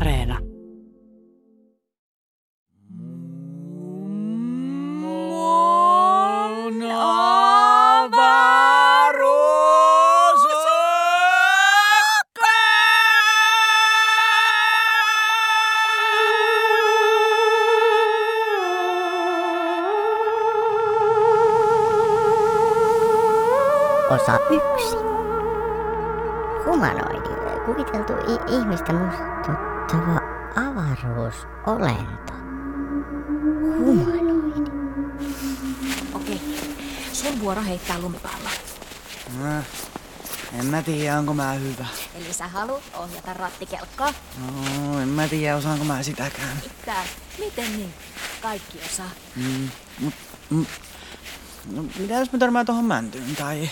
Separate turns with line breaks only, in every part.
Areena.
Mun avaruus
Osa yksi. Humanoidi, kuviteltu i- ihmistä muistuttava avaruusolento. Humanoidi.
Okei, sun vuoro heittää lumipallo.
En mä tiedä, onko mä hyvä.
Eli sä haluat ohjata rattikelkkaa.
No, en mä tiedä, osaanko mä sitäkään.
Tää, miten niin? Kaikki osaa.
No, mitä jos mä törmään tohon mäntyyn, tai...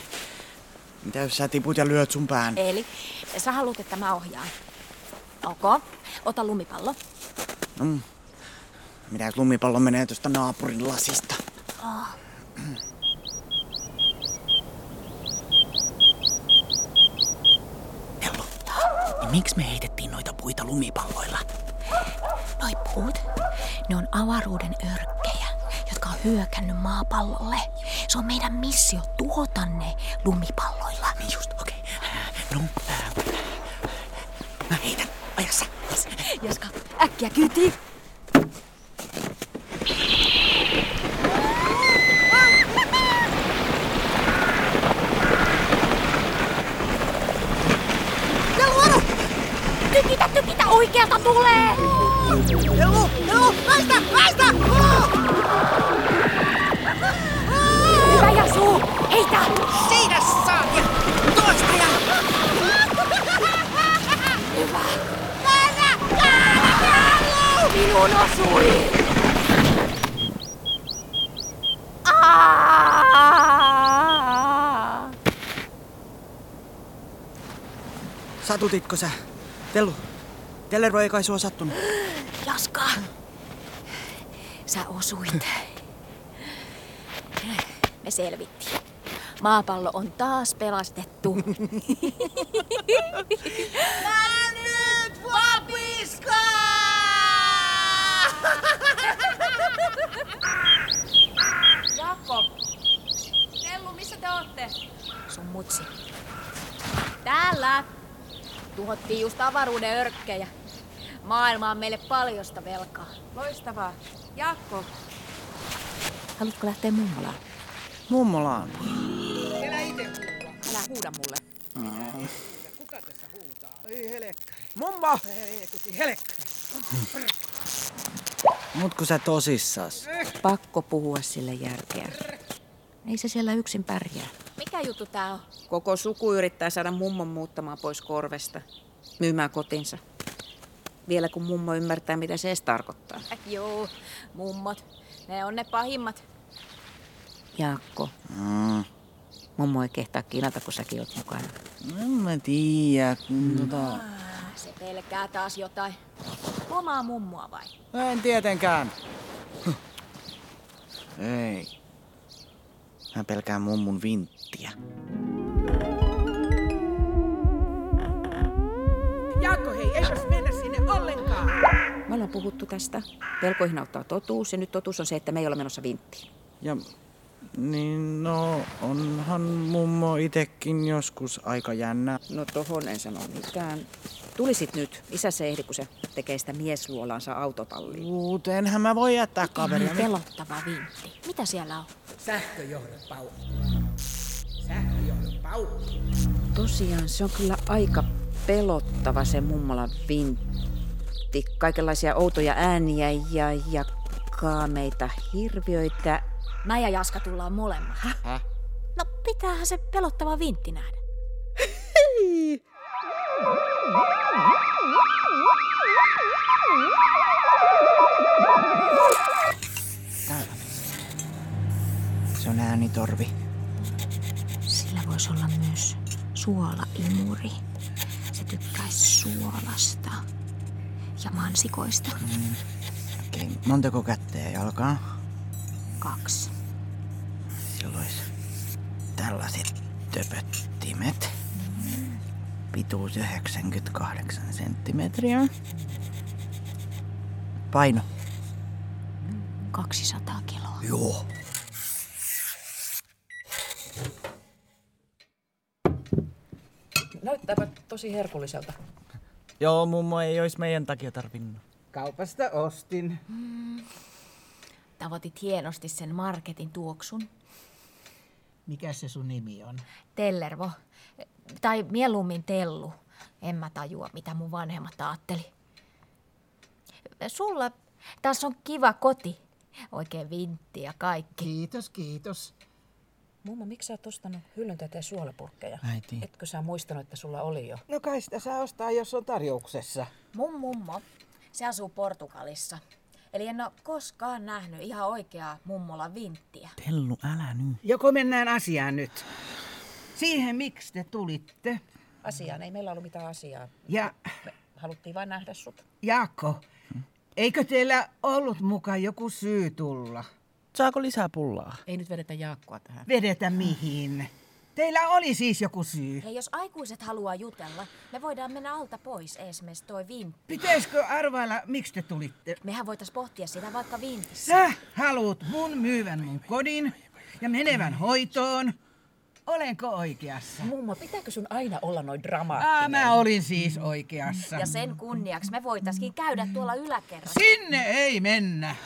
Mitä jos sä tiput ja lyöt sun pään?
Eli sä haluat, että mä ohjaan. Ok, ota lumipallo.
Mitä jos lumipallo menee tuosta naapurin lasista? Hellu, niin miksi me heitettiin noita puita lumipalloilla?
Noi puut, ne on avaruuden örkkejä, jotka on hyökännyt maapallolle. Se on meidän missio tuhota ne lumipalloilla. Niin just, okei.
No, ää, mä heitän ajassa.
Jaska, äkkiä kyytiin. Ja luoru! Tykitä, tykitä, oikealta tulee!
Hellu, hellu!
Laista, laista! Hyvä Jasu, heitä!
Siitä saa! Ja toista ja...
Minun osui! Aa!
Satutitko sä? Tellu, Tellero ei kai sua sattunut.
Jaska, sä osuit. Me selvittiin. Maapallo on taas pelastettu. Mä nyt
Jaakko! Tellu, missä te ootte?
Sun mutsi.
Täällä!
Tuhottiin just avaruuden örkkejä. Maailma on meille paljosta velkaa.
Loistavaa. Jaakko!
Haluatko lähteä mummolaan?
Mummolaan.
Älä huuda mulle.
Mummo! Mutko sä tosissas?
Pakko puhua sille järkeä. Ei se siellä yksin pärjää.
Mikä juttu tää on?
Koko suku yrittää saada mummon muuttamaan pois korvesta. Myymään kotinsa. Vielä kun mummo ymmärtää, mitä se edes tarkoittaa.
Äh, joo, mummot. Ne on ne pahimmat.
Jaakko,
Mm.
mummo ei kehtaa kilata, kun säkin oot mukana.
En mä tiedä, kun tota...
Se pelkää taas jotain. Omaa mummoa vai?
No En tietenkään. Huh. Ei. Mä pelkään mummun vinttiä.
Jaakko, hei, eipäs mennä sinne ollenkaan.
Me ollaan puhuttu tästä. Pelkoihin auttaa totuus ja nyt totuus on se, että me ei olla menossa vinttiin.
Ja... Niin no, onhan mummo itekin joskus aika jännä.
No tohon en sano mitään. Tulisit nyt. Isä se ehdi, kun se tekee sitä miesluolaansa autotalliin.
Uutenhän mä voi jättää kaveria.
Pelottava vintti. Mitä siellä on?
Sähköjohdot paukku. Sähköjohdot paukku.
Tosiaan, se on kyllä aika pelottava se mummolan vintti. Kaikenlaisia outoja ääniä ja, ja kaameita hirviöitä.
Mä ja Jaska tullaan molemmat.
Häh?
No pitäähän se pelottava vintti nähdä.
Se on äänitorvi.
Sillä voisi olla myös suolaimuri. Se tykkäisi suolasta ja mansikoista.
Okei, montako kätteen jalkaa?
Kaksi.
Silloin olisi tällaiset töpöttimet. Pituus 98 senttimetriä.
Paino.
200 kiloa.
Joo.
Näyttääpä tosi herkulliselta.
Joo, mummo ei olisi meidän takia tarvinnut.
Kaupasta ostin.
Tavoitit hienosti sen marketin tuoksun.
Mikä se sun nimi on?
Tellervo. Tai mieluummin tellu. En mä tajua, mitä mun vanhemmat ajatteli. Sulla taas on kiva koti. Oikein vintti ja kaikki.
Kiitos, kiitos.
Mummo, miksi sä oot ostanut hyllyntäitä ja suolapurkkeja?
Äiti.
Etkö sä muistanut, että sulla oli jo?
No kai sitä saa ostaa, jos on tarjouksessa.
Mun mummo, se asuu Portugalissa. Eli en ole koskaan nähnyt ihan oikeaa mummola vinttiä.
Tellu, älä nyt.
Joko mennään asiaan nyt? Siihen, miksi te tulitte.
Asiaan, ei meillä ollut mitään asiaa.
Ja
Me haluttiin vain nähdä sut.
Jaakko, eikö teillä ollut mukaan joku syy tulla?
Saako lisää pullaa?
Ei nyt vedetä Jaakkoa tähän.
Vedetä mihin? Teillä oli siis joku syy.
Hei, jos aikuiset haluaa jutella, me voidaan mennä alta pois esimerkiksi toi vintti.
Pitäisikö arvailla, miksi te tulitte?
Mehän voitais pohtia sitä vaikka vintissä.
Sä haluut mun myyvän mun kodin ja menevän hoitoon. Olenko oikeassa?
Mummo, pitääkö sun aina olla noin dramaattinen?
Aa, mä olin siis oikeassa.
Ja sen kunniaksi me voitaiskin käydä tuolla yläkerrassa.
Sinne ei mennä.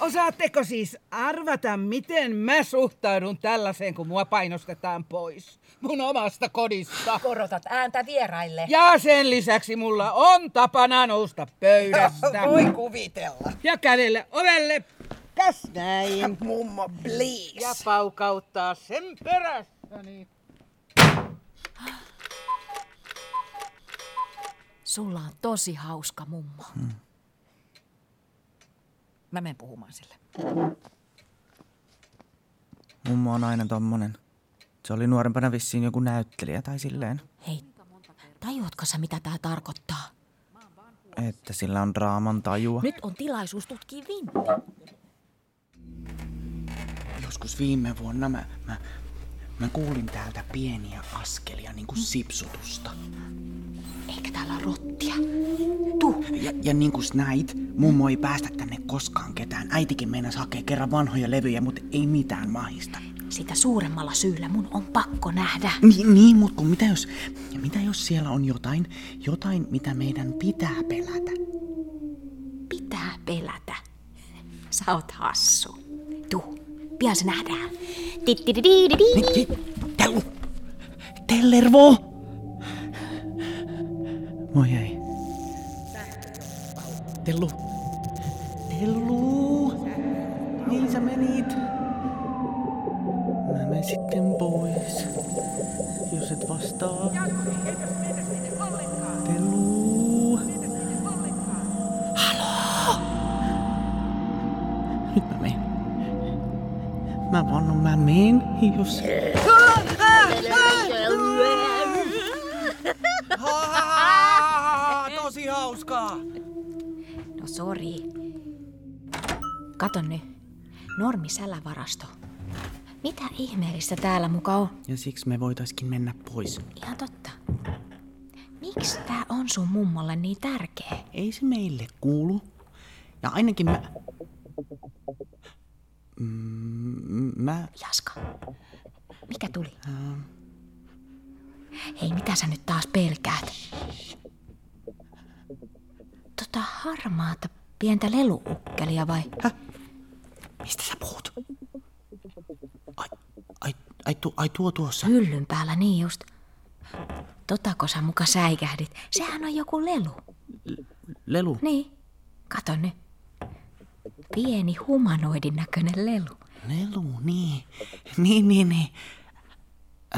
Osaatteko siis arvata, miten mä suhtaudun tällaiseen, kun mua painostetaan pois mun omasta kodista?
Korotat ääntä vieraille.
Ja sen lisäksi mulla on tapana nousta pöydästä
Voi kuvitella.
ja kävellä ovelle kas näin
Mummo, please.
ja paukauttaa sen perässäni.
Sulla on tosi hauska mummo.
Mä menen puhumaan sille.
Mummo on aina tommonen. Se oli nuorempana vissiin joku näyttelijä tai silleen,
Hei, tajuatko sä mitä tää tarkoittaa?
että sillä on draaman tajua.
Nyt on tilaisuus tutkia vintti.
Joskus viime vuonna mä, mä, mä kuulin täältä pieniä askelia, niinku sipsutusta.
Mm. Eikä täällä ole rottia. Tuu,
Ja, ja niin kuin näit, mummo ei päästä tänne koskaan ketään. Äitikin meinas hakee kerran vanhoja levyjä, mutta ei mitään mahista.
sitä suuremmalla syyllä mun on pakko nähdä.
Ni, niin, mutta kun mitä jos, ja mitä jos siellä on jotain, jotain mitä meidän pitää pelätä?
Pitää pelätä. Sä oot hassu. Tuu, pian se nähdään. Tittididididi.
Ni- ni- Tellu! Tellervo!
Moi ei.
Tellu! Tellu! Niin sä menit.
Mä menen sitten pois, jos et vastaa. Tellu.
Nyt mä menen. Mä vannon, mä menen, jos...
Tosi hauskaa.
No sori. Kato nyt. Normi sälävarasto. Mitä ihmeellistä täällä muka on?
Ja siksi me voitaiskin mennä pois.
Ihan totta. Miksi tää on sun mummolle niin tärkeä?
Ei se meille kuulu. Ja ainakin mä... Mm, mä...
Jaska, mikä tuli? Hei, mitä sä nyt taas pelkäät? Tota harmaata pientä leluukkelia vai?
Mistä sä puhut? Ai, ai, ai, tu, ai tuo tuossa.
Hyllyn päällä, niin just. Totako sä muka säikähdit? Sehän on joku lelu.
Lelu.
Niin, kato nyt. Pieni humanoidin näköinen lelu.
Lelu, niin. Niin, niin, niin.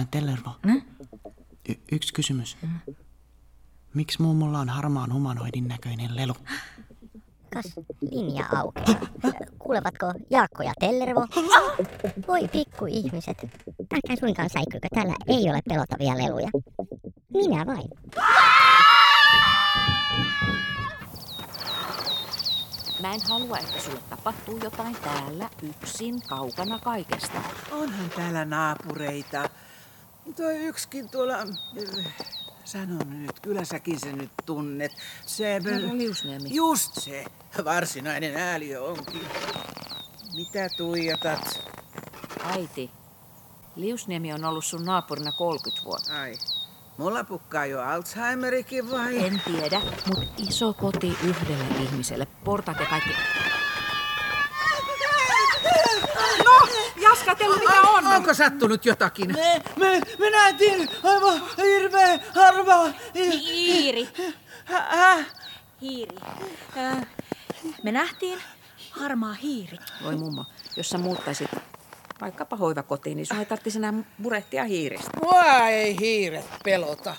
Ä, Tellervo.
Mm?
Y- yksi kysymys. Miksi mummolla on harmaan humanoidin näköinen lelu?
Kas linja aukeaa. Kuulevatko Jaakko ja Tellervo? Voi pikku ihmiset. Älkää suinkaan säikyykö, täällä ei ole pelottavia leluja. Minä vain.
Mä en halua, että sulle tapahtuu jotain täällä yksin, kaukana kaikesta.
Onhan täällä naapureita. Tuo yksikin tuolla
Sano nyt, kyllä säkin sen nyt tunnet. Se...
No, liusneemi.
Just se. Varsinainen ääliö onkin. Mitä tuijotat?
Äiti, Liusniemi on ollut sun naapurina 30 vuotta.
Ai, mulla pukkaa jo Alzheimerikin vai?
En tiedä, mutta iso koti yhdelle ihmiselle. Portat ja kaikki.
Jaska, teillä mitä on?
Onko sattunut jotakin?
Me, me, me nähtiin aivan hirveä harva.
Hiiri.
Häh?
Hiiri. Ö, me nähtiin harmaa hiiri.
Voi mummo, jos sä muuttaisit vaikkapa hoivakotiin, niin sun ei tarvitsisi enää murehtia hiiristä.
Mua ei hiiret pelota.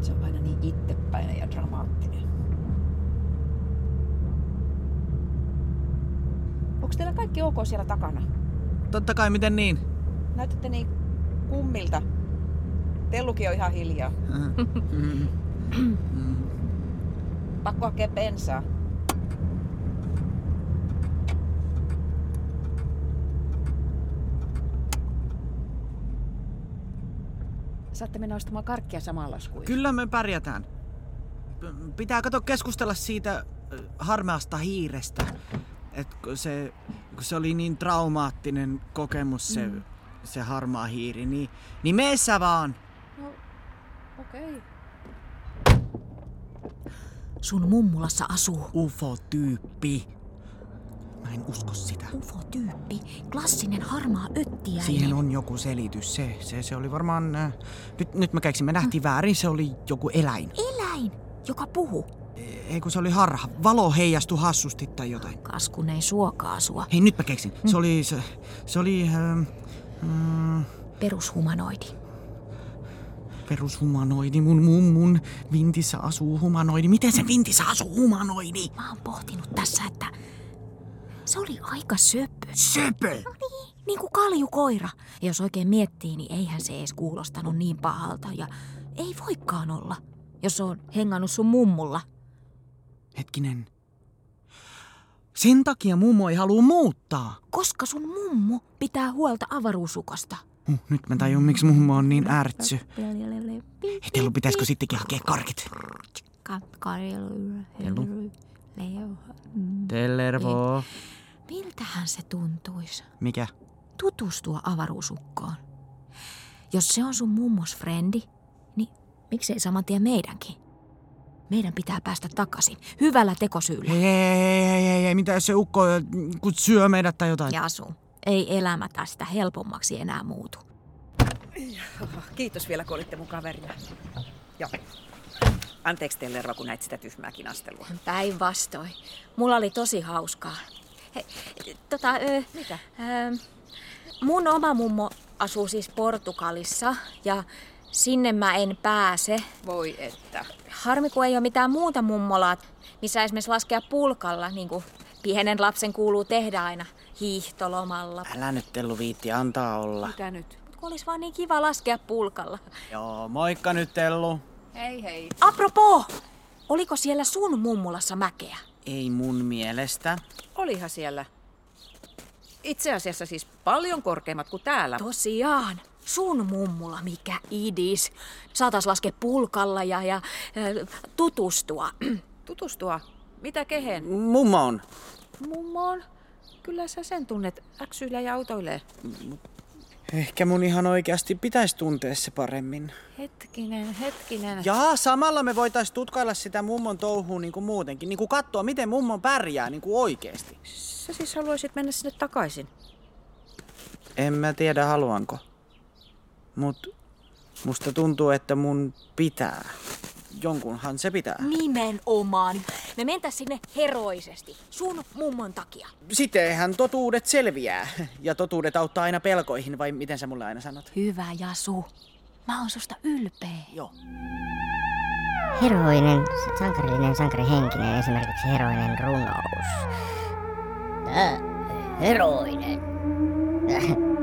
Se on aina niin itsepäinen ja dramaattinen. Onko teillä kaikki ok siellä takana?
Totta kai, miten niin?
Näytätte niin kummilta. Tellukin on ihan hiljaa. Pakko hakea bensaa. Saatte mennä ostamaan karkkia samaan laskuun.
Kyllä me pärjätään. P- Pitää kato keskustella siitä ö, harmaasta hiirestä. Et kun se, kun se oli niin traumaattinen kokemus se, mm. se harmaa hiiri, niin, niin mee sä vaan.
Okei. Okay.
Sun mummulassa asuu
Ufo-tyyppi. Mä en usko sitä.
ufo-tyyppi, klassinen harmaa öttiäinen.
Siihen on joku selitys. Se, se, se oli varmaan... äh, Nyt, nyt mä keksin, me nähtiin väärin. Se oli joku eläin.
Eläin, joka puhuu.
Ei kun se oli harha. Valo heijastui hassusti tai jotain.
Kas kun ei suokaa sua.
Hei, nyt mä keksin. Se oli... Se, se oli... Ähm, mm,
Perushumanoidi.
perushumanoidi. Mun mummun vintissä asuu humanoidi. Miten se vintissä asuu humanoidi?
Mä oon pohtinut tässä, että se oli aika söpö.
Söpö!
Niin kuin kaljukoira. Ja jos oikein miettii, niin eihän se edes kuulostanut niin pahalta. Ja ei voikaan olla, jos se on hengannut sun mummulla.
Hetkinen. Sen takia mummo ei halua muuttaa.
Koska sun mummu pitää huolta avaruusukosta.
Huh, nyt mä tajun, miksi mummo on niin ärtsy. Hei, Tellu, pitäisikö sittenkin hakea karkit? Tellervo.
Miltähän se tuntuisi
Mikä?
tutustua avaruusukkoon? Jos se on sun mummos frendi, niin miksei saman tien meidänkin? Meidän pitää päästä takaisin. Hyvällä tekosyyllä.
Hei, hei, hei, hei, hei, mitä jos se ukko ö, kun syö meidät tai jotain?
Ja asu. Ei elämä tästä helpommaksi enää muutu.
Ah, Kiitos vielä, kun olitte mun kaveria. Joo. Anteeksi teille, Erva, kun näit sitä tyhmääkin astelua.
Päinvastoin. Mulla oli tosi hauskaa. He, tota, ö, Mitä? Ö, mun oma mummo asuu siis Portugalissa ja sinne mä en pääse.
Voi että.
Harmi, kun ei ole mitään muuta mummolaa, missä esimerkiksi laskea pulkalla, niin kuin pienen lapsen kuuluu tehdä aina hiihtolomalla.
Älä nyt Tellu viitti, antaa olla.
Mitä nyt?
Mut kun olisi vaan niin kiva laskea pulkalla.
Joo, moikka nyt Tellu.
Hei hei.
Apropos, oliko siellä sun mummolassa mäkeä?
Ei mun mielestä.
Olihan siellä. Itse asiassa siis paljon korkeammat kuin täällä.
Tosiaan. Sun mummulla, mikä idis. Saatais laskea pulkalla ja, ja ö, tutustua.
Tutustua. Mitä kehen?
Mummo on.
Mummoon. Kyllä sä sen tunnet. Äksyillä ja autoilee.
Ehkä mun ihan oikeasti pitäisi tuntea se paremmin.
Hetkinen, hetkinen.
Ja samalla me voitais tutkailla sitä mummon touhua niin kuin muutenkin. Niin kuin katsoa, miten mummo pärjää niin kuin oikeasti.
Sä siis haluaisit mennä sinne takaisin.
En mä tiedä haluanko. Mut musta tuntuu, että mun pitää. Jonkunhan se pitää.
Mm. Nimenomaan. Me mentäis sinne heroisesti. Sun mummon takia.
Sittenhän totuudet selviää. Ja totuudet auttaa aina pelkoihin, vai miten sä mulle aina sanot?
Hyvä Jasu. Mä oon susta ylpeä.
Joo.
Heroinen, sankarillinen, sankarihenkinen, esimerkiksi heroinen runous. Tää, heroinen.